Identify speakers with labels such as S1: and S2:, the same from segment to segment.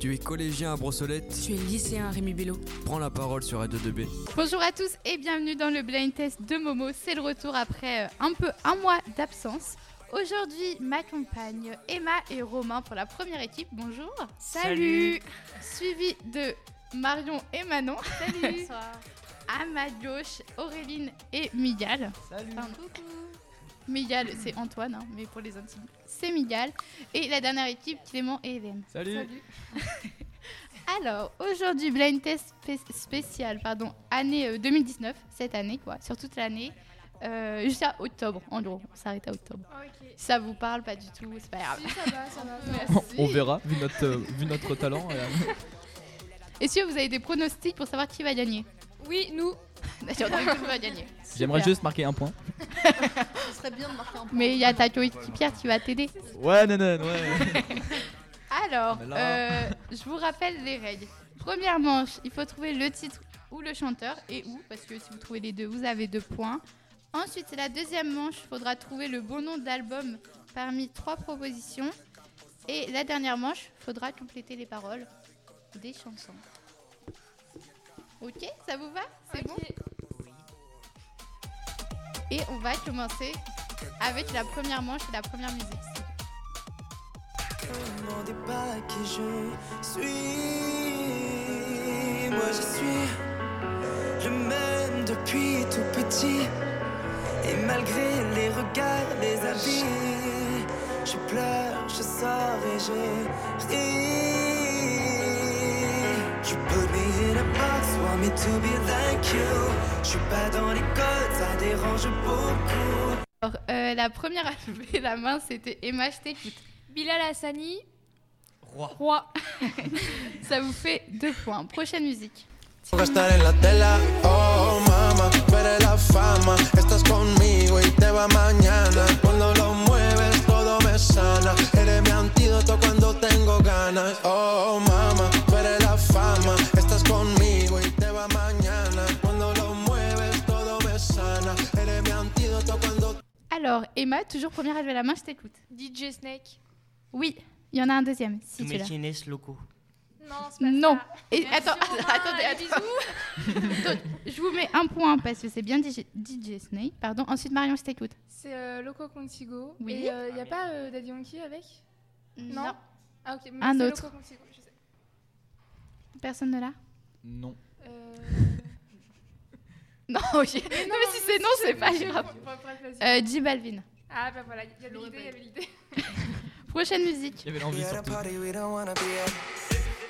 S1: Tu es collégien à Brossolette
S2: Tu es lycéen à Rémi Bello.
S1: Prends la parole sur A2B.
S3: Bonjour à tous et bienvenue dans le blind test de Momo. C'est le retour après euh, un peu un mois d'absence. Aujourd'hui, ma compagne Emma et Romain pour la première équipe. Bonjour.
S4: Salut.
S3: Suivi de Marion et Manon.
S5: Salut.
S3: À ma gauche, Auréline et Migal.
S4: Salut.
S3: Enfin, Migal, c'est Antoine, hein, mais pour les intimes, c'est Migal. Et la dernière équipe, Clément et Hélène.
S4: Salut.
S3: Alors, aujourd'hui, blind test spé- spécial, pardon, année euh, 2019, cette année, quoi, sur toute l'année, euh, jusqu'à octobre, en gros, on s'arrête à octobre.
S5: Ah, Ok.
S3: Si Ça vous parle pas du tout, c'est pas grave.
S5: Si, ça va, ça va.
S3: Merci.
S4: On verra, vu notre, euh, vu notre talent. euh,
S3: Est-ce que vous avez des pronostics pour savoir qui va gagner
S5: Oui, nous.
S3: D'accord, donc tout va gagner.
S4: J'aimerais juste marquer un point.
S6: Ce serait bien de marquer un point.
S3: Mais il y a ta coéquipière qui va t'aider.
S4: Ouais, Nanan, ouais.
S3: Alors,
S4: Ah, Mais là-
S3: euh, je vous rappelle les règles. Première manche, il faut trouver le titre ou le chanteur et où, parce que si vous trouvez les deux, vous avez deux points. Ensuite, c'est la deuxième manche, il faudra trouver le bon nom d'album parmi trois propositions. Et la dernière manche, il faudra compléter les paroles des chansons. Ok, ça vous va C'est bon Et on va commencer avec la première manche et la première musique.
S7: Ne demandez pas qui je suis. Moi je suis le même depuis tout petit. Et malgré les regards, les habits, je pleure, je sors et je ris. You put me in a box, want me to be like you. Je suis pas dans les codes, ça dérange beaucoup.
S3: Alors, euh, la première à lever la main, c'était Emma, je t'écoute.
S5: Bilal Hassani.
S4: Roi.
S5: Roi.
S3: Ça vous fait deux points. Prochaine musique.
S8: Nunca estar en la tela, oh mama, veré la fama. Estás conmigo y te va mañana. Cuando lo mueves todo me sana. Eres mi antídoto cuando tengo ganas. Oh mama, veré la fama. Estás conmigo y te va mañana. Cuando lo mueves todo me sana. Eres mi antídoto cuando
S3: Alors, Emma, toujours première à lever la main, je t'écoute.
S5: DJ Snake.
S3: Oui, il y en a un deuxième, si tu
S9: Mais
S3: l'as.
S9: qui est loco.
S5: Non, c'est pas
S3: Non.
S5: ça.
S3: Et,
S5: Merci,
S3: attends,
S5: Romain,
S3: attendez,
S5: et
S3: attends.
S5: bisous.
S3: Donc, je vous mets un point parce que c'est bien DJ, DJ Snake. Pardon. Ensuite, Marion, je t'écoute.
S5: C'est euh, Loco Contigo.
S3: Oui.
S5: Et euh, y a pas euh, Daddy Yankee avec Non. Ah, ok. mais
S3: Un
S5: c'est
S3: autre.
S5: Loco Contigo, je sais.
S3: Personne ne l'a
S4: Non.
S5: Euh,
S3: Non, ok. Non, mais si c'est non, c'est pas grave.
S5: Bon, bref, vas-y.
S3: Euh, J Balvin.
S5: Ah, bah voilà, il y avait
S3: l'aurais
S5: l'idée, il
S3: pas
S5: y avait l'idée.
S3: Prochaine musique.
S4: Il y avait l'envie
S7: We at a
S4: surtout.
S7: party we don't wanna be at.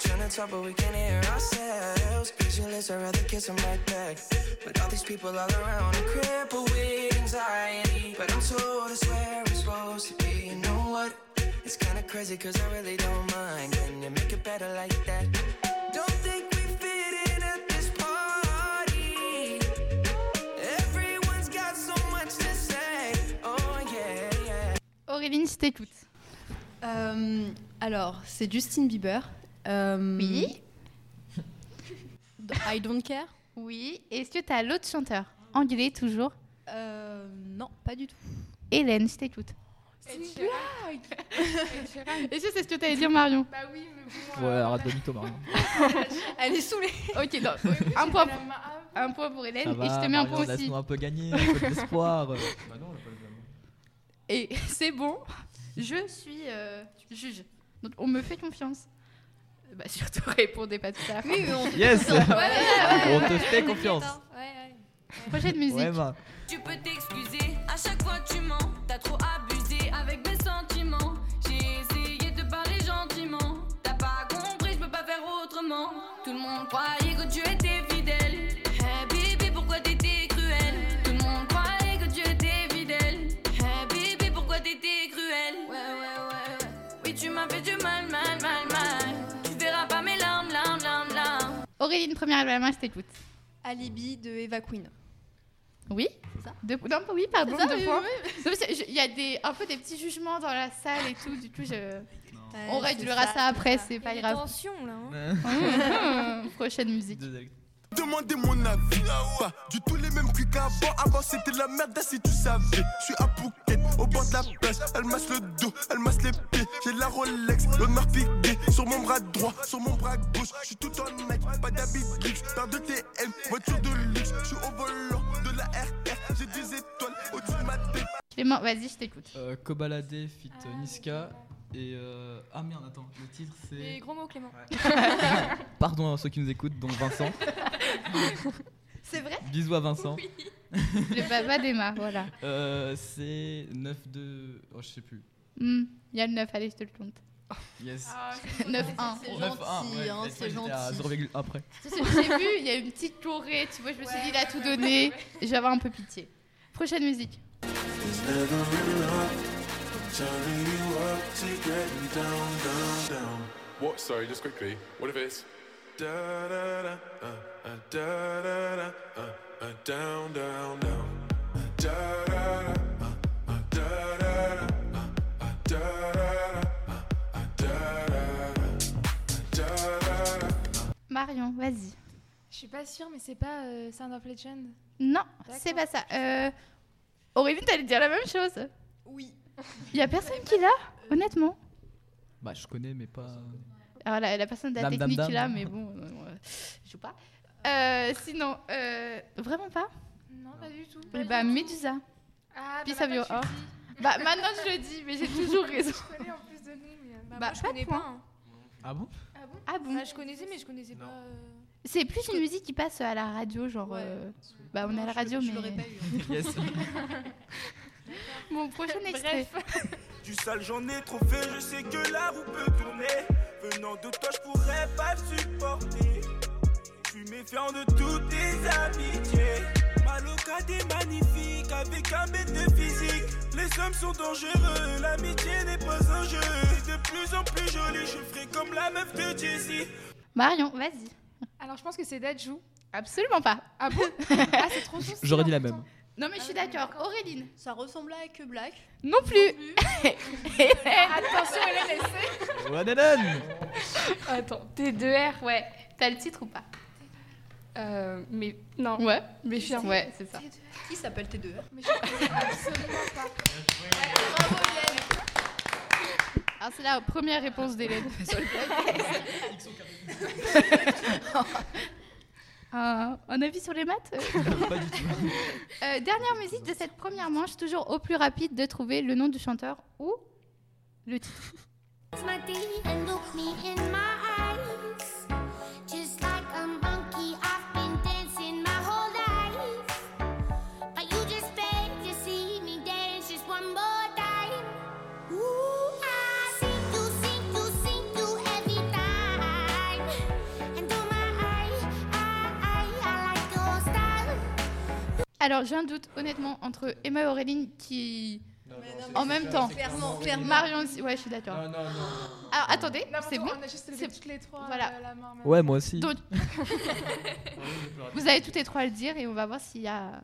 S7: Trying to talk, but we can't hear ourselves. Pictureless, I'd rather kiss 'em right back. But all these people all around are crippled with anxiety. But I'm told it's where we're supposed to be. You know what? It's kinda crazy, cause I really don't mind. Can you make it better like that? Don't think we fit in at this party. Everyone's got so much to say. Oh, yeah, yeah.
S3: Auréline, je t'écoute.
S6: Euh, alors, c'est Justin Bieber. Euh,
S3: Oui.
S6: I don't care.
S3: Oui. Est-ce que t'as l'autre chanteur Anglais, toujours.
S6: Euh, non, pas du tout.
S3: Hélène, je t'écoute.
S5: C'est une blague Ed Sheeran.
S3: Est-ce que c'est ce que t'allais dire, Marion
S5: Bah oui, mais bon.
S4: Ouais,
S5: euh,
S4: arrête de mytho, Marion.
S6: Elle est saoulée.
S3: Ok, non.
S5: j'ai
S3: un,
S5: pas
S3: point
S5: la
S3: pour,
S5: main. Ah,
S3: un point pour Hélène
S4: Ça
S3: et je
S4: va,
S3: te mets un point
S4: Marion,
S3: aussi.
S4: laisse-nous un peu gagner, un peu d'espoir.
S3: Et c'est bon, je suis euh, juge. Donc on me fait confiance. Bah surtout répondez pas tout à la fin.
S6: Oui, mais on te
S4: Yes On te fait
S6: fait
S4: confiance.
S6: Ouais,
S3: Prochaine musique.
S4: Ouais, bah.
S10: Tu peux t'excuser, à chaque fois tu mens. T'as trop abusé avec mes sentiments. J'ai essayé de parler gentiment. T'as pas compris, je peux pas faire autrement. Tout le monde croyait que tu étais fidèle. Hey bébé, pourquoi t'étais cruel? Tout le monde croyait que tu étais fidèle. Hey bébé, pourquoi t'étais cruel? Ouais, ouais, ouais. ouais. Oui, tu m'as fait du mal, mal, mal, mal. Tu verras pas mes larmes, larmes, larmes, larmes.
S3: Auréline, première à la main, hein, je t'écoute.
S6: Alibi de Eva Queen.
S3: Oui
S6: ça
S3: Deux- Non, oui, pardon,
S6: C'est ça,
S3: deux
S6: oui,
S3: points. Non, parce que je- Il y a des, un peu des petits jugements dans la salle et tout, du coup je... on réglera ça, après, c'est pas grave.
S5: Attention là. hein.
S3: Hum, hum. Prochaine musique.
S4: Deux
S7: Demandez mon avis. Pas du tout les mêmes cuits qu'avant. Avant c'était la merde, ah, si tu savais. Je suis à Phuket, au bord de la plage. Elle masse le dos, elle masse les pieds. J'ai la Rolex, l'honneur piqué. Sur mon bras droit, sur mon bras gauche. Je suis tout en Nike, pas d'habit luxe. Paire de TM, voiture de luxe. Je suis au volant de la RR. J'ai des étoiles au-dessus de ma tête.
S3: Clément, vas-y, je t'écoute.
S4: Euh, Kobalade fit euh, Niska et euh, ah merde attends le titre
S5: Les
S4: c'est
S5: gros mots, Clément.
S4: pardon à ceux qui nous écoutent dont Vincent
S3: C'est vrai
S4: bisous à Vincent
S3: Le papa démarre, voilà.
S4: Euh, c'est 9 2 oh je sais plus
S3: Hmm, Il y a le 9, allez, je te le compte.
S4: yes
S5: Ah,
S3: 9-1.
S11: C'est
S4: 9 1
S11: gentil, hein, c'est
S4: à
S11: gentil.
S4: 0,1 après
S3: Tu sais, J'ai vu, il y a une petite chorée, tu vois, je me suis dit, il a tout donné. Je vais avoir un peu pitié. Prochaine musique.
S12: It's never enough. Turning you up to getting down, down, down.
S13: What? Sorry, just quickly. What if it's
S12: Da da da, uh, uh, da da da, uh, uh, down, down, down. Uh, Da da da, uh, uh, da da da, uh, uh, da da da, uh, uh, da da da, uh, da da da.
S3: Marion, vas-y.
S5: Je suis pas sûre, mais c'est pas euh, Sound of Legend.
S3: Non, c'est pas ça. Euh, Aurélie, t'allais dire la même chose.
S11: Oui.
S3: Il y a personne qui l'a, honnêtement.
S4: bah je connais mais pas
S3: Alors, la, la personne de la
S4: Dame, dame,
S3: technique
S4: dame.
S3: qui l'a, mais bon, euh, euh, je joue pas. Euh, sinon, euh, vraiment pas
S5: Non, pas du tout.
S3: Eh Bah, Medusa.
S5: Ah,
S3: Peace
S5: bah,
S3: of your heart.
S5: maintenant que tu le dis.
S3: Bah, maintenant je le dis, mais j'ai toujours raison.
S5: Je connais en plus de nom, mais. euh,
S3: Bah,
S5: moi, je
S3: pas de
S5: connais
S3: point.
S5: pas. hein.
S4: ah bon
S5: Ah bon
S3: Ah bon
S5: Bah, Je connaissais, mais je connaissais pas. euh,
S3: C'est plus une musique qui passe à la radio, genre.
S11: Ouais.
S3: euh, Bah, on est à la radio,
S11: Je
S3: mais.
S11: l'aurais pas eu.
S4: yes
S3: Mon prochain extrait.
S7: Du sale j'en ai trop fait, je sais que la roue peut tourner Venant de toi je pourrais pas le supporter Je suis méfiant de toutes tes amitiés Ma locade est magnifique avec un bête de physique Les hommes sont dangereux, l'amitié n'est pas un jeu De plus en plus jolie, je ferai comme la meuf de Jessie
S3: Marion, vas-y.
S5: Alors, je pense que c'est Dajou.
S3: Absolument pas.
S5: Ah bon Ah, c'est trop chaud.
S4: j'aurais
S3: hein,
S4: dit la même
S3: Non, mais je suis d'accord. Auréline.
S11: Ah Ça ressemblait à que Black.
S3: Non plus. Eh,
S5: Attention, elle est laissée.
S4: Wadadan
S10: Attends.
S3: T'es deux R, ouais. T'as le titre ou pas
S10: Euh, mais non.
S3: Ouais.
S10: Mais fier.
S3: Ouais, c'est ça.
S11: Qui s'appelle T2R
S5: Mais je connais absolument pas.
S3: Alors, Ah, c'est la première réponse d'Hélène. sur le podcast. un, Euh, un avis sur les maths
S4: pas du tout
S3: Euh, Dernière musique de cette première manche, toujours au plus rapide de trouver le nom du chanteur ou le titre.
S10: oh
S3: Alors, j'ai un doute, honnêtement, entre Emma et Auréline qui. En même temps.
S11: Clairement, clairement.
S3: Marion aussi. Ouais, je suis d'accord.
S4: non non non
S3: Alors, attendez, c'est bon
S5: On a juste levé
S3: C'est-
S5: toutes les trois
S3: voilà.
S5: euh, la main. maintenant.
S4: ouais moi aussi
S3: Donc, vous avez toutes les trois à le dire et on va voir s'il y a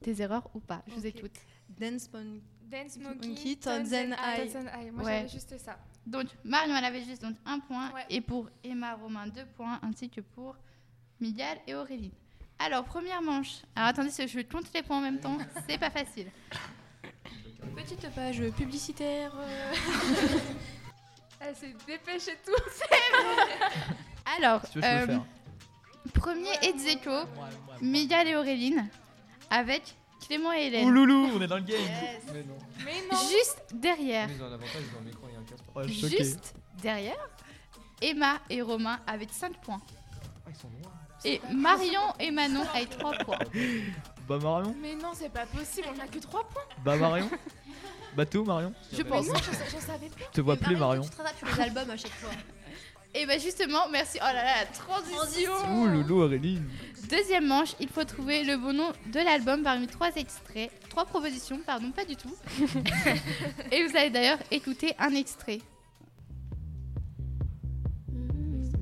S3: des erreurs ou pas. Je vous
S5: Ok.
S3: écoute.
S11: Dance Punk.
S5: Dance Monkey,
S11: Monkey, Tanzan Eye.
S5: Tanzan Eye. Moi,
S3: Ouais.
S5: j'avais juste ça.
S3: Donc, Marion, elle avait juste donc un point.
S5: Ouais.
S3: Et pour Emma, Romain, deux points. Ainsi que pour Miguel et Aurélie. Alors, première manche. Alors, attendez, parce que je compte les points en même temps. C'est pas facile.
S11: Petite page publicitaire.
S5: euh. Elle s'est dépêchée et tout.
S3: Alors,
S4: si tu veux je
S3: euh,
S4: peux le faire
S3: premier ex aequo, Miguel et Auréline. Avec Clément et Hélène.
S4: Oh loulou, on est dans le game. Mais non.
S5: Mais non.
S3: Juste derrière.
S4: Ils ont un avantage, ils ont un micro et un casque. Oh,
S3: Juste derrière, Emma et Romain avec 5 points.
S4: Ah, ils sont loin.
S3: Et Marion et Manon avec 3 points.
S4: Bah Marion,
S5: Mais non, c'est pas possible. On a que trois points.
S4: bah Marion. bah tout Marion,
S3: Je
S5: Mais
S3: pense.
S5: non, je- j'en savais plus.
S4: je te vois plus Marion.
S11: Tu travailles sur les albums à chaque fois.
S3: Et bah justement, merci. Oh là là, la transition.
S4: Ouh loulou Aurélie.
S3: Deuxième manche, il faut trouver le bon nom de l'album parmi trois extraits, trois propositions, pardon, pas du tout. et vous allez d'ailleurs écouter un extrait.
S10: Mm-hmm.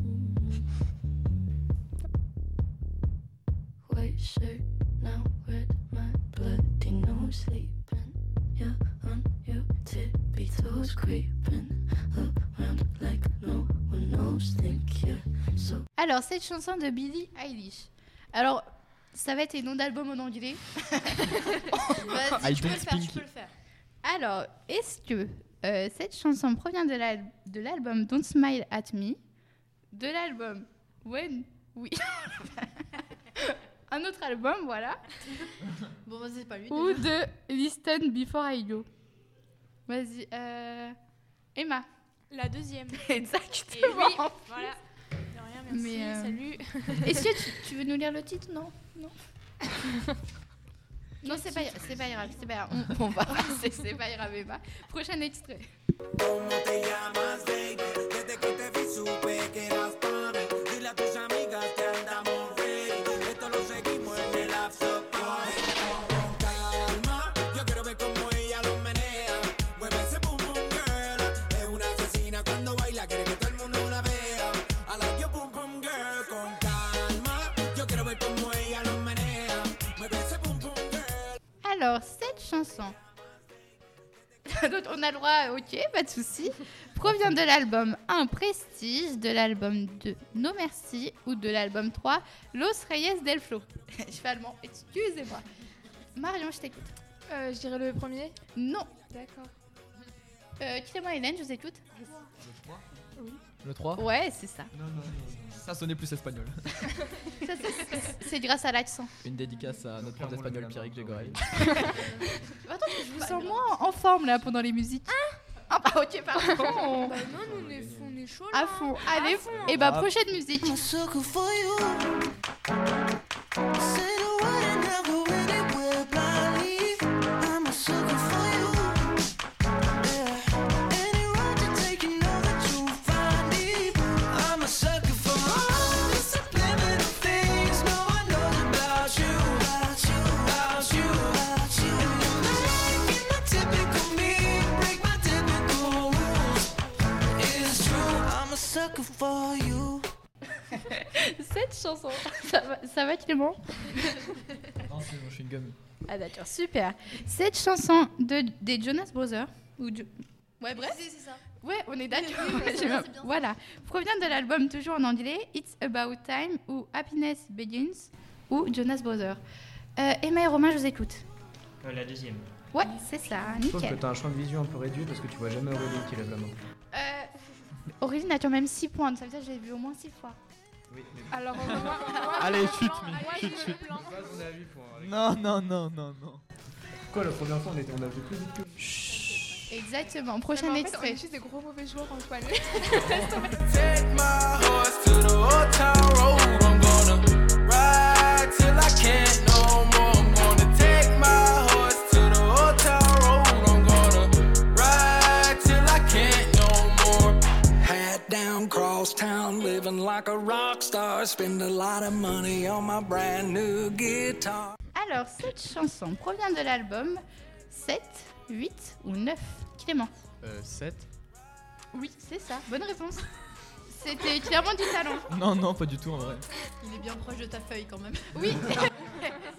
S10: White shirt now with my bloody nose sleeping. You're on your tippy toes creeping around like no one knows. Think you're so
S3: Alors, cette chanson de Billie Eilish. Alors, ça va être les noms d'albums en anglais. Vas-y,
S6: Ah,
S4: I
S3: tu peux le
S4: don't
S3: faire, tu
S4: speak.
S3: peux le faire. Alors, est-ce que euh, cette chanson provient de la- de l'album Don't Smile at Me, de l'album When Oui. Un autre album, voilà.
S6: Bon, vas-y, c'est pas lui.
S3: Ou
S6: déjà.
S3: de Listen Before I Go. Vas-y, euh, Emma.
S14: La deuxième.
S3: Exactement.
S14: Et oui,
S3: en plus.
S14: voilà. De rien, merci,
S3: Mais, euh,
S14: salut.
S3: Est-ce que tu, tu veux nous lire le titre Non. Non. non, c'est pas, c'est pas grave, c'est pas grave. On, on va passer, c'est pas grave, Emma. Prochain extrait.
S7: te llamas, baby? Desde que te vi supe que eras para mí. Dile a tus amigas que andamos ready. Esto lo seguimos en el after party. Calma, yo quiero ver cómo ella lo menea. Mueve ese boom boom girl. Es una asesina cuando baila, quiere que todo el mundo la vea. I like your boom boom girl. Con calma, yo quiero ver cómo ella lo menea. Mueve ese boom boom girl.
S3: Alors, cette chanson. Donc, on a le droit, ok, pas de souci. Provient de l'album 1 Prestige, de l'album 2 No Merci ou de l'album 3 Los Reyes del Flo. je fais allemand, excusez-moi. Marion, je t'écoute.
S5: Euh, je dirais le premier
S3: Non.
S5: D'accord.
S3: Euh, Quittez-moi, Hélène, je vous écoute.
S5: Oui.
S4: Le 3
S3: Ouais, c'est ça.
S4: Non, non, non. Ça sonnait plus espagnol.
S3: Ça, c'est- c'est grâce à l'accent.
S4: Une dédicace à notre prof d'espagnol, Pierrick Grégory.
S3: Attends, je vous
S5: Bah,
S3: sens moins en forme là pendant les musiques. Ah, bah ok, pardon. Ah,
S5: Bah non, nous, on est, on est chaud là.
S3: À fond, allez,
S5: fond.
S3: et bah
S5: Ah.
S3: prochaine musique.
S7: Sucker for you.
S3: Cette chanson, ça va, ça va Clément
S4: Non, c'est bon, je suis une gomme.
S3: Ah d'accord, super. Cette chanson de, des Jonas Brothers, ou Jo- ouais bref,
S6: Si, c'est ça.
S3: ouais on est d'accord,
S6: Oui, oui, oui,
S3: J'ai
S6: c'est bien,
S3: même-
S6: c'est bien.
S3: voilà, provient de l'album toujours en anglais It's About Time ou Happiness Begins ou Jonas Brothers. Euh, Emma et Romain, je vous écoute.
S2: Euh, la deuxième.
S3: Ouais, c'est ça,
S15: Sauf que
S3: nickel.
S15: t'as un champ de vision un peu réduit parce que tu vois jamais Aurélie qui lève la main.
S3: Euh, Auréline a quand même 6 points, ça veut dire que j'ai vu au moins 6 fois.
S15: Oui,
S5: Alors,
S3: on va voir- on va voir
S4: Allez,
S3: le
S4: chute,
S3: plan,
S4: mais
S3: allez,
S4: chute,
S3: le
S4: chute.
S3: plan.
S4: Non, non, non, non, non.
S15: Quoi, la première fois on était on a vu plus vite que.
S3: Exactement,
S5: Mais
S3: prochain
S5: en fait,
S3: extrait.
S5: on est juste des gros mauvais joueurs, hein, Antoine.
S7: Take my horse to the old town road. I'm gonna ride till I can't no more. I'm gonna take my horse to the old town road. I'm gonna ride till I can't no more.
S16: Hat down, cross town, living like a rock star. Spend a lot of money on my brand new guitar.
S3: Alors, cette chanson provient de l'album 7, 8 ou 9 Clément
S4: 7
S3: Oui, c'est ça. Bonne réponse. C'était clairement du talent.
S4: Non, non, pas du tout en vrai.
S6: Il est bien proche de ta feuille quand même.
S3: Oui.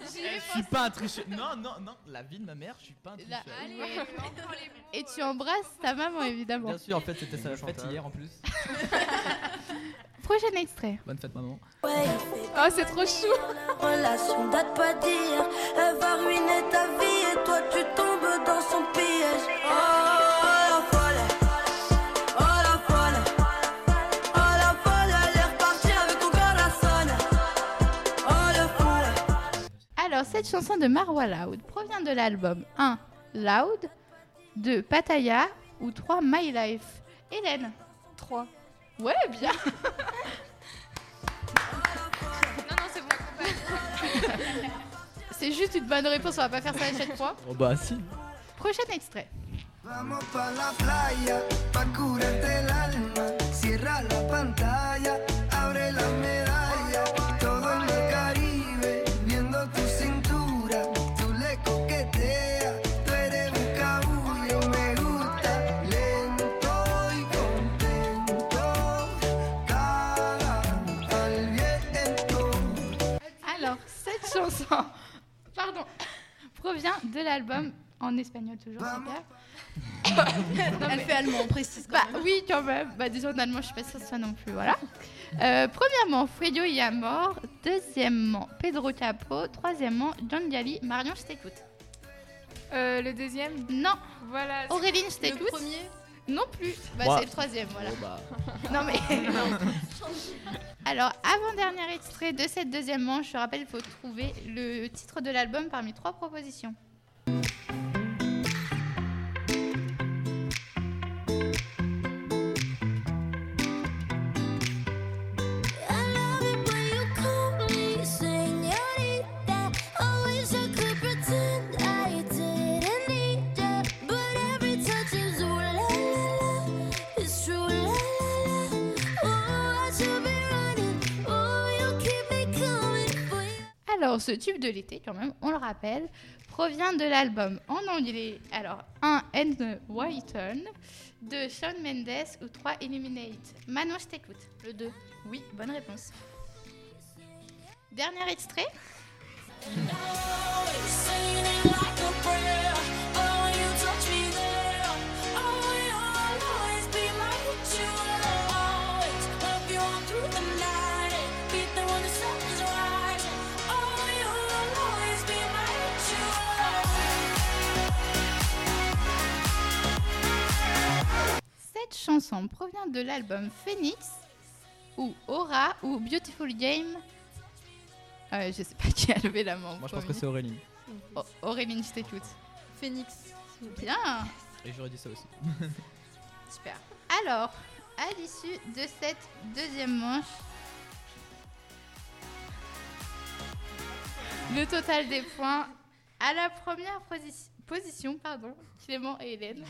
S4: Je suis pas un tricheur. Non, non, non, la vie de ma mère, je suis pas un tricheur.
S3: Et tu embrasses ta maman, évidemment.
S4: Bien sûr, en fait, c'était sa fête hier en plus.
S3: Prochain extrait.
S4: Bonne fête, maman.
S3: Oh, c'est trop chou.
S17: relation date pas d'hier. Elle va ruiner ta vie et toi tu tombes dans son piège. Oh la folle, oh la folle, oh la folle, elle est repartie avec ton cœur la sonne. Oh le fou.
S3: Alors, cette chanson de Marwa Loud provient de l'album 1 Loud, 2 Pattaya ou 3 My Life. Hélène 3. Ouais, bien.
S14: Non, non, c'est bon.
S3: C'est juste une bonne réponse, on va pas faire ça à chaque fois.
S4: Oh bah si.
S3: Prochain extrait.
S18: Vamos pa' la playa, pa' curarte el alma. Cierra la pantalla, abre la medalla. Todo en el Caribe, viendo tu cintura. Tú le coqueteas, tú eres un cabullo. Me gusta lento y contento. Cara al viento.
S3: Alors, cette chanson, pardon, provient de l'album en espagnol toujours, super.
S6: Elle fait allemand, on précise
S3: Bah oui, quand même. Bah déjà en allemand, je suis pas sûre que ça non plus, voilà. Euh, premièrement, Fredo y a mort. Deuxièmement, Pedro Capro. Troisièmement, John Galli. Marion, je t'écoute.
S5: Euh, le deuxième
S3: Non.
S5: Voilà.
S3: Auréline, je t'écoute.
S6: Le premier
S3: Non plus. Bah
S6: Moi.
S3: c'est le troisième, voilà.
S4: Oh,
S6: Bon, bah.
S3: Non mais. Alors, avant-dernier extrait de cette deuxième manche, je rappelle, il faut trouver le titre de l'album parmi trois propositions.
S10: Oh,
S3: Alors, ce tube de l'été, quand même, on le rappelle, provient de l'album en anglais. Alors, 1 N. Whiten de Shawn Mendes ou 3 Illuminate. Manon, je t'écoute. Le 2. Oui, bonne réponse. Dernier extrait.
S10: oh, Oh,
S3: Cette chanson provient de l'album Phoenix ou Aura ou Beautiful Game. Euh, je sais pas qui a levé la main. en
S4: Moi, je pense que
S3: premier.
S4: c'est Auréline.
S3: Oh, Auréline, je t'écoute.
S6: Phoenix.
S3: Bien,
S4: Et j'aurais dit ça aussi.
S3: super. Alors, à l'issue de cette deuxième manche, le total des points à la première posi- position, pardon, Clément et Hélène.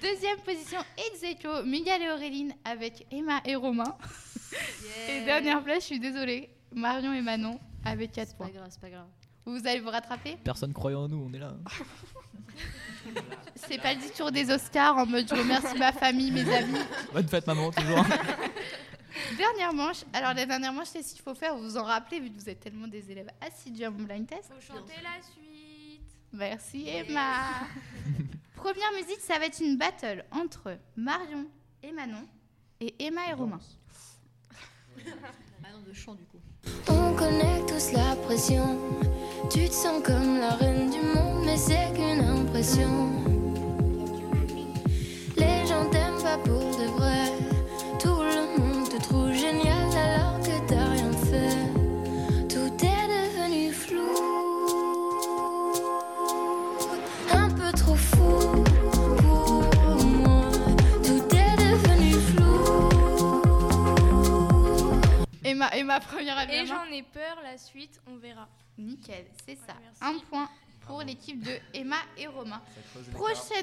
S3: Deuxième position, ex aequo, Miguel et Auréline avec Emma et Romain.
S10: Euh.
S3: Et dernière place, je suis désolée, Marion et Manon avec 4 points.
S6: Pas grave, c'est pas grave.
S3: Vous allez vous rattraper
S4: Personne croyant en nous, on est là. hein.
S3: C'est pas le discours des Oscars en mode je remercie ma famille, mes amis.
S4: Bonne fête, maman, toujours.
S3: Dernière manche. Alors, la dernière manche, c'est ce qu'il faut faire. Vous vous en rappelez, vu que vous êtes tellement des élèves assidus à mon blind test.
S14: Faut chanter la suite.
S3: Merci,
S14: Yeah.
S3: Emma. Première musique, ça va être une battle entre Marion et Manon et Emma et Romain.
S6: Ah non, de chant du coup.
S10: On connaît tous la pression. Tu te sens comme la reine du monde, mais c'est qu'une impression. Les gens t'aiment pas pour de vrai. Tout le monde te trouve génial alors que t'as rien fait. Tout est devenu flou. Un peu trop fou. pour moi. Tout est devenu flou.
S3: Emma, Emma, première à lever
S14: Et
S3: la main.
S14: j'en ai peur, la suite, on verra.
S3: Nickel, c'est ça. Un point pour l'équipe de Emma et Romain.
S14: creuse les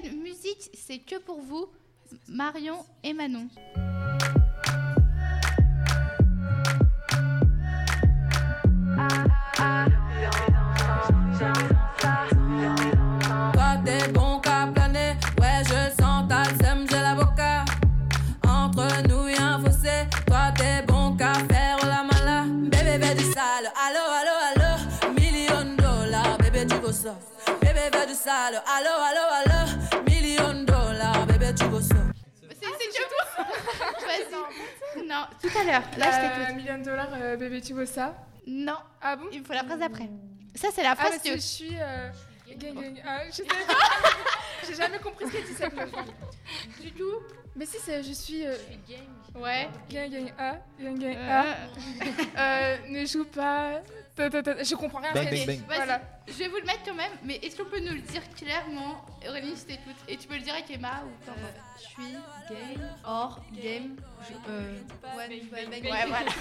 S3: Prochaine musique, c'est que pour vous, Marion et Manon.
S2: Toi t'es bon qu'à planer, ouais je sens ta sème, j'ai l'avocat. Entre nous y'a un fossé, toi t'es bon qu'à faire la mala. Bébé fais du sale, allo allo allo, million dollars, bébé tu veux ça. Bébé fais du sale, allo allo allo, million dollars, bébé tu veux ça.
S3: C'est que toi Vas-y. Non, tout à l'heure.
S5: Là,
S3: Là, je
S5: je Euh, million de dollars, euh, bébé, tu veux ça
S3: Non.
S5: Ah bon
S3: Il me faut la phrase d'après. Ça, c'est la
S5: Ah,
S3: phrase
S5: parce
S3: que-
S5: que je suis. euh, gang, gang. Ah, je sais pas. J'ai jamais compris ce qu'elle dit cette meuf. Du coup. Mais si, c'est je suis. euh,
S3: Ouais.
S5: Gang, gang, ah. Gang, gang,
S3: Euh.
S5: ah. Euh, ne joue pas. Ta, ta, ta. Je comprends rien.
S3: Bang,
S5: à ce qu'elle
S3: bang,
S5: dit.
S3: bang.
S5: Voilà.
S3: Je vais vous le mettre quand même, mais est-ce qu'on peut nous le dire clairement Aurélie, je t'écoute. Et tu peux le dire avec Emma ou peu importe.
S6: Je suis game, or, game. Je, euh, ouais, ouais, bang,
S3: Ouais,
S6: bang.
S3: voilà.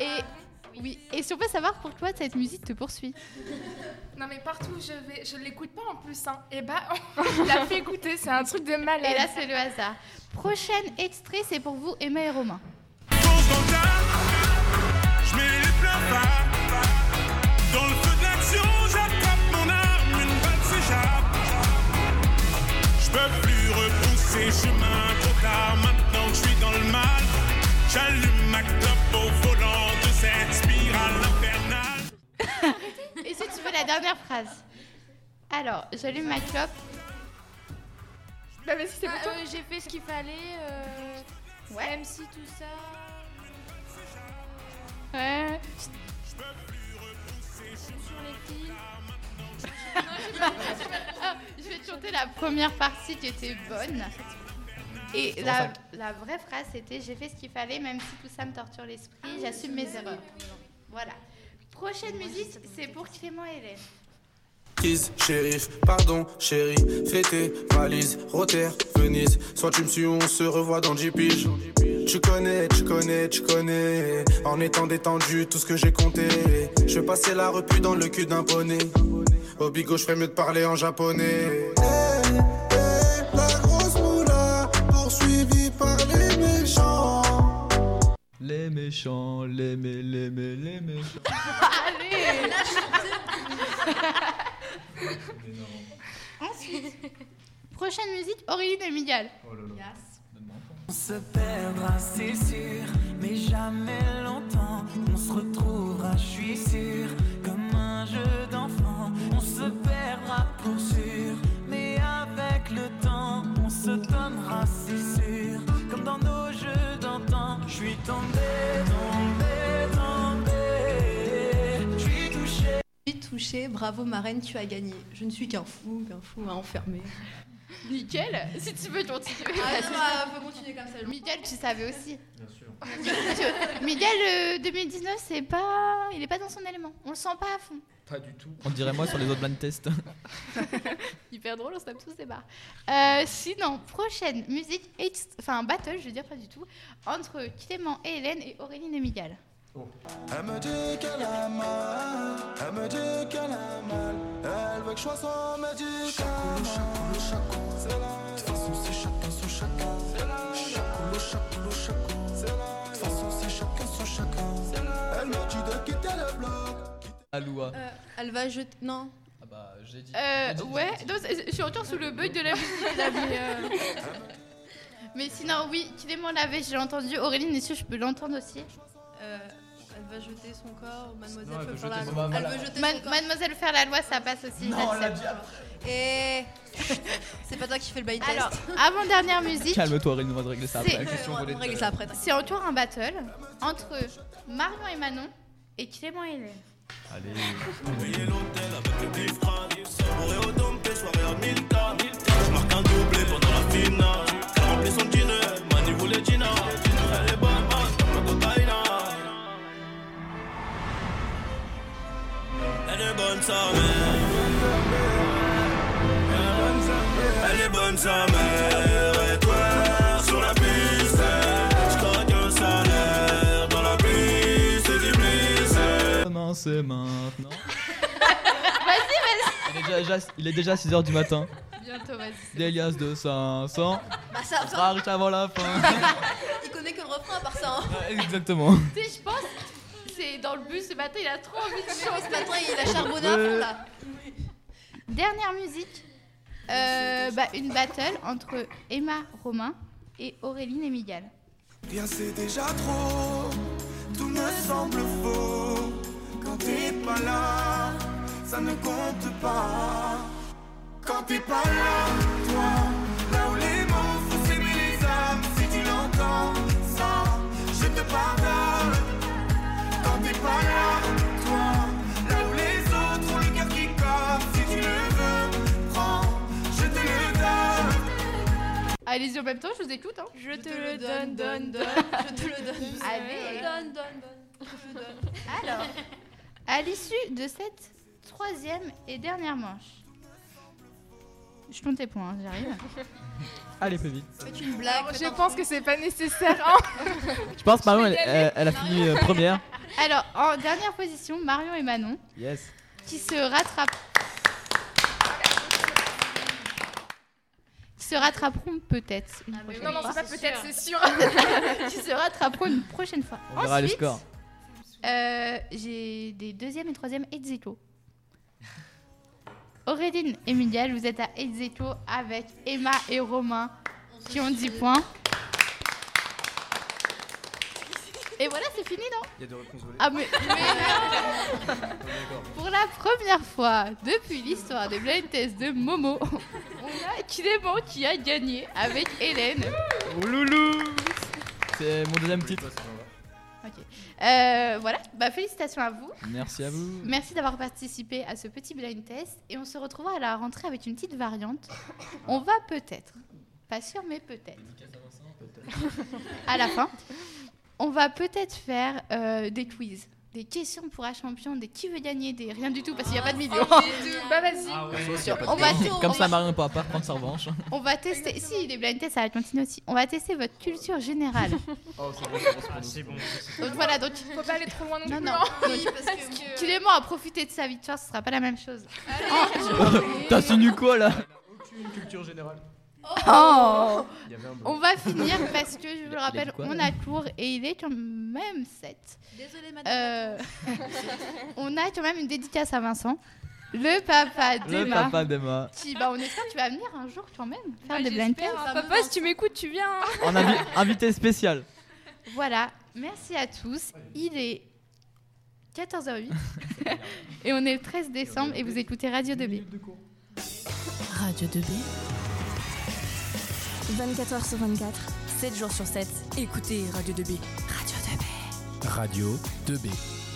S3: Et oui, et si on peut savoir pourquoi cette musique te poursuit
S5: Non, mais partout où je vais, je l'écoute pas en plus. Hein. Et bah, on l'a fait écouter, c'est un truc de malade.
S3: Et là, c'est le hasard. Prochain extrait, c'est pour vous, Emma et Romain.
S7: Je mets les placards Dans le feu de l'action, j'attrape mon arme, une balle s'échappe. Je peux plus repousser chemin trop tard, maintenant que je suis dans le mal. J'allume ma clope au volant de cette spirale infernale.
S3: Et si tu veux la dernière phrase Alors, j'allume ma clope
S5: Bah vas-y, c'est
S14: Ah,
S5: pour toi.
S14: euh, J'ai fait ce qu'il fallait. euh, MC, tout ça.
S3: Ouais.
S14: euh,
S3: Ah, je vais te chanter la première partie qui était bonne. Et la, la vraie phrase c'était J'ai fait ce qu'il fallait, même si tout ça me torture l'esprit, j'assume mes erreurs. Voilà. Prochaine musique, c'est pour Clément Hélène.
S19: Crise, shérif, pardon, chérie, fais tes valises, Rotter, Venise. Soit tu me suis, on se revoit dans 10 piges. Tu connais, tu connais, tu connais. En étant détendu, tout ce que j'ai compté. Je passais la repu dans le cul d'un poney. Au bigot, je ferais mieux de parler en japonais. Eh,
S9: La grosse moula, poursuivie par les méchants.
S4: Les méchants, les mé, les mé- les méchants.
S3: Allez
S4: Mais non.
S3: Ensuite, prochaine musique Aurélie Demigal.
S4: Oh
S7: On se perdra, c'est sûr, mais jamais longtemps. On se retrouvera, je suis sûr, comme un jeu d'enfant. On se perdra pour sûr, mais avec le temps, on se donnera, c'est sûr, comme dans nos jeux d'antan. Je suis tombé, tombé, tombé, je suis touché.
S6: Je suis touchée, bravo ma reine, tu as gagné. Je ne suis qu'un fou, qu'un fou à enfermer.
S3: Nickel, si tu veux continuer.
S6: Ah non, ah, faut continuer comme ça.
S3: Miguel, tu savais aussi.
S15: Bien sûr.
S3: Miguel, euh, 2019, c'est pas... il est pas dans son élément. On le sent pas à fond.
S15: Pas du tout.
S4: On dirait moi sur les autres blind tests.
S3: Hyper drôle, on se tape tous des barres. Euh, sinon, prochaine musique, et- enfin battle, je veux dire pas du tout, entre Clément et Hélène et Aurélie et Miguel.
S9: Elle me dit qu'elle a mal, elle me dit qu'elle a mal, elle veut que je sois son médicament. Chacoulou, chacoulou, c'est la De toute façon, c'est chacun son chacun. Chacoulou, chacoulou, chacoulou, c'est la De toute façon, c'est chacun son chacun. Elle me dit de quitter le bloc.
S4: Aloua.
S6: Elle va jeter. Non.
S4: Ah bah, j'ai dit.
S3: Euh, ouais, non, c'est- je suis encore sous le bug de la musique là, mais, euh, mais sinon, oui, Clément l'avait, j'ai entendu. Aurélie, est sûre, je peux l'entendre aussi.
S6: Euh, elle va jeter son corps, mademoiselle
S4: Non, elle
S6: peut
S4: veut
S6: faire
S4: jeter
S6: la
S4: son-
S6: loi.
S4: voilà.
S6: Elle veut jeter
S3: Man-
S6: son corps.
S3: Mademoiselle faire la loi, ça passe aussi.
S4: Non,
S6: elle l'a
S3: j'accepte.
S6: dit Et. C'est pas toi qui fais le bail
S3: Alors, avant dernière musique,
S4: Calme-toi, Aurélie, on va te régler ça après.
S3: C'est- C'est encore un battle entre Marion et Manon et Clément et Hélène.
S4: Allez.
S7: Payer l'hôtel avec le bif Bourré au dompé, soirée à 1000 Je marque un doublé pendant la finale. Elle remplit son dîner, Mani voulait Gina. Elle est bonne, bonne, comme la cocaïna. Elle est bonne, sa mère. Elle est bonne, sa mère. Et toi, sur la piste, je croque un salaire. Dans la pluie, c'est du blizzard.
S4: Maintenant, c'est maintenant.
S3: Vas-y,
S4: Il est déjà- déjà, il est déjà 6h du matin.
S3: vas-y. Bientôt, vas-y.
S4: Des liasses de 500.
S6: Bah ça,
S4: On sera riche avant la fin.
S6: il connaît que le refrain à part ça. Hein.
S4: Exactement.
S3: Tu sais, je pense, c'est dans le bus ce matin, il a trop envie de chanter.
S6: Ce matin, il a charbonné à fond, là.
S3: Dernière musique, euh, bah, une battle entre Emma Romain et Auréline et Miguel.
S9: Bien c'est déjà trop, tout me semble faux. Quand t'es pas là, ça ne compte pas. Quand t'es pas là, toi, là où les mots font s'aimer les âmes, si tu l'entends, ça, je te pardonne. Quand t'es pas là, toi, là où les autres ont le cœur qui cogne, si tu le veux, prends, je te le donne.
S3: Allez-y en même temps, je vous écoute. Hein. Je, te, le donne, donne, donne.
S6: Je te le donne.
S14: Euh,
S3: Allez.
S6: Donne, donne, donne. Je donne.
S3: Alors, à l'issue de cette troisième et dernière manche, je compte tes points, hein, j'arrive.
S4: Allez, plus vite.
S6: Faites une blague.
S5: Je pense que c'est pas nécessaire. hein.
S4: Je pense, Marion,
S5: vais
S4: elle,
S5: y aller.
S4: elle- elle a fini euh, première.
S3: Alors, en dernière position, Marion et Manon,
S4: Yes.
S3: qui se rattrapent. Qui se rattraperont peut-être une prochaine
S5: non, non,
S3: fois.
S5: Ah, c'est pas peut-être, c'est sûr. Hein,
S3: qui se rattraperont une prochaine fois.
S4: On verra le
S3: Ensuite,
S4: score.
S3: euh, j'ai des deuxième et troisième ex aequo. Auréline et Miguel, vous êtes à ex aequo avec Emma et Romain qui ont 10 points. Et voilà, c'est fini, non
S15: Il y a deux réponses volées.
S3: Ah, mais. mais non.
S15: D'accord.
S3: Pour la première fois depuis l'histoire des blind tests de Momo, on a Clément qui a gagné avec Hélène.
S4: Ouloulou C'est mon deuxième titre.
S3: Ok. Euh, voilà, bah, félicitations à vous.
S4: Merci à vous.
S3: Merci d'avoir participé à ce petit blind test et on se retrouvera à la rentrée avec une petite variante. On va peut-être, pas sûr mais peut-être, à la fin, on va peut-être faire euh, des quiz. Des questions pour un champion, des qui veut gagner, des rien du tout parce qu'il n'y a pas
S15: Ah,
S3: de
S15: oh,
S3: vidéo.
S5: Bah vas-y.
S3: On va
S4: Comme ça,
S3: on va-
S4: Marion ne pourra pas prendre sa revanche.
S3: On va tester. Si, les blind tests, ça va continuer aussi. On va tester votre culture générale.
S4: Oh,
S15: Ah, c'est bon.
S3: donc voilà, donc.
S5: Faut pas aller trop loin non plus.
S3: Non, non.
S5: hein. euh,
S3: Clément a profité de sa victoire, ce sera pas la même chose.
S4: T'insinues quoi là
S15: Aucune culture générale.
S3: Oh
S15: Il y avait un bon.
S3: On va finir parce que je vous
S15: Il
S3: le
S15: a dit
S3: rappelle,
S15: quoi,
S3: on
S15: là
S3: a cours et il est quand même 7.
S6: Désolée, madame.
S3: Euh, on a quand même une dédicace à Vincent, le papa
S4: Le
S3: d'Emma.
S4: papa d'Emma.
S3: Qui, bah, on espère que tu vas venir un jour quand même faire
S5: Bah,
S3: des blind
S5: j'espère,
S3: tests.
S5: hein. Papa, si tu m'écoutes, tu viens. hein.
S4: En invi- invité spécial.
S3: Voilà, merci à tous. Il est 14h08 et on est le 13 décembre et vous écoutez Radio 2B.
S20: Radio 2B.
S10: 24h sur 24, 7 jours sur 7.
S20: Écoutez Radio 2B. Radio 2B.
S21: Radio 2B.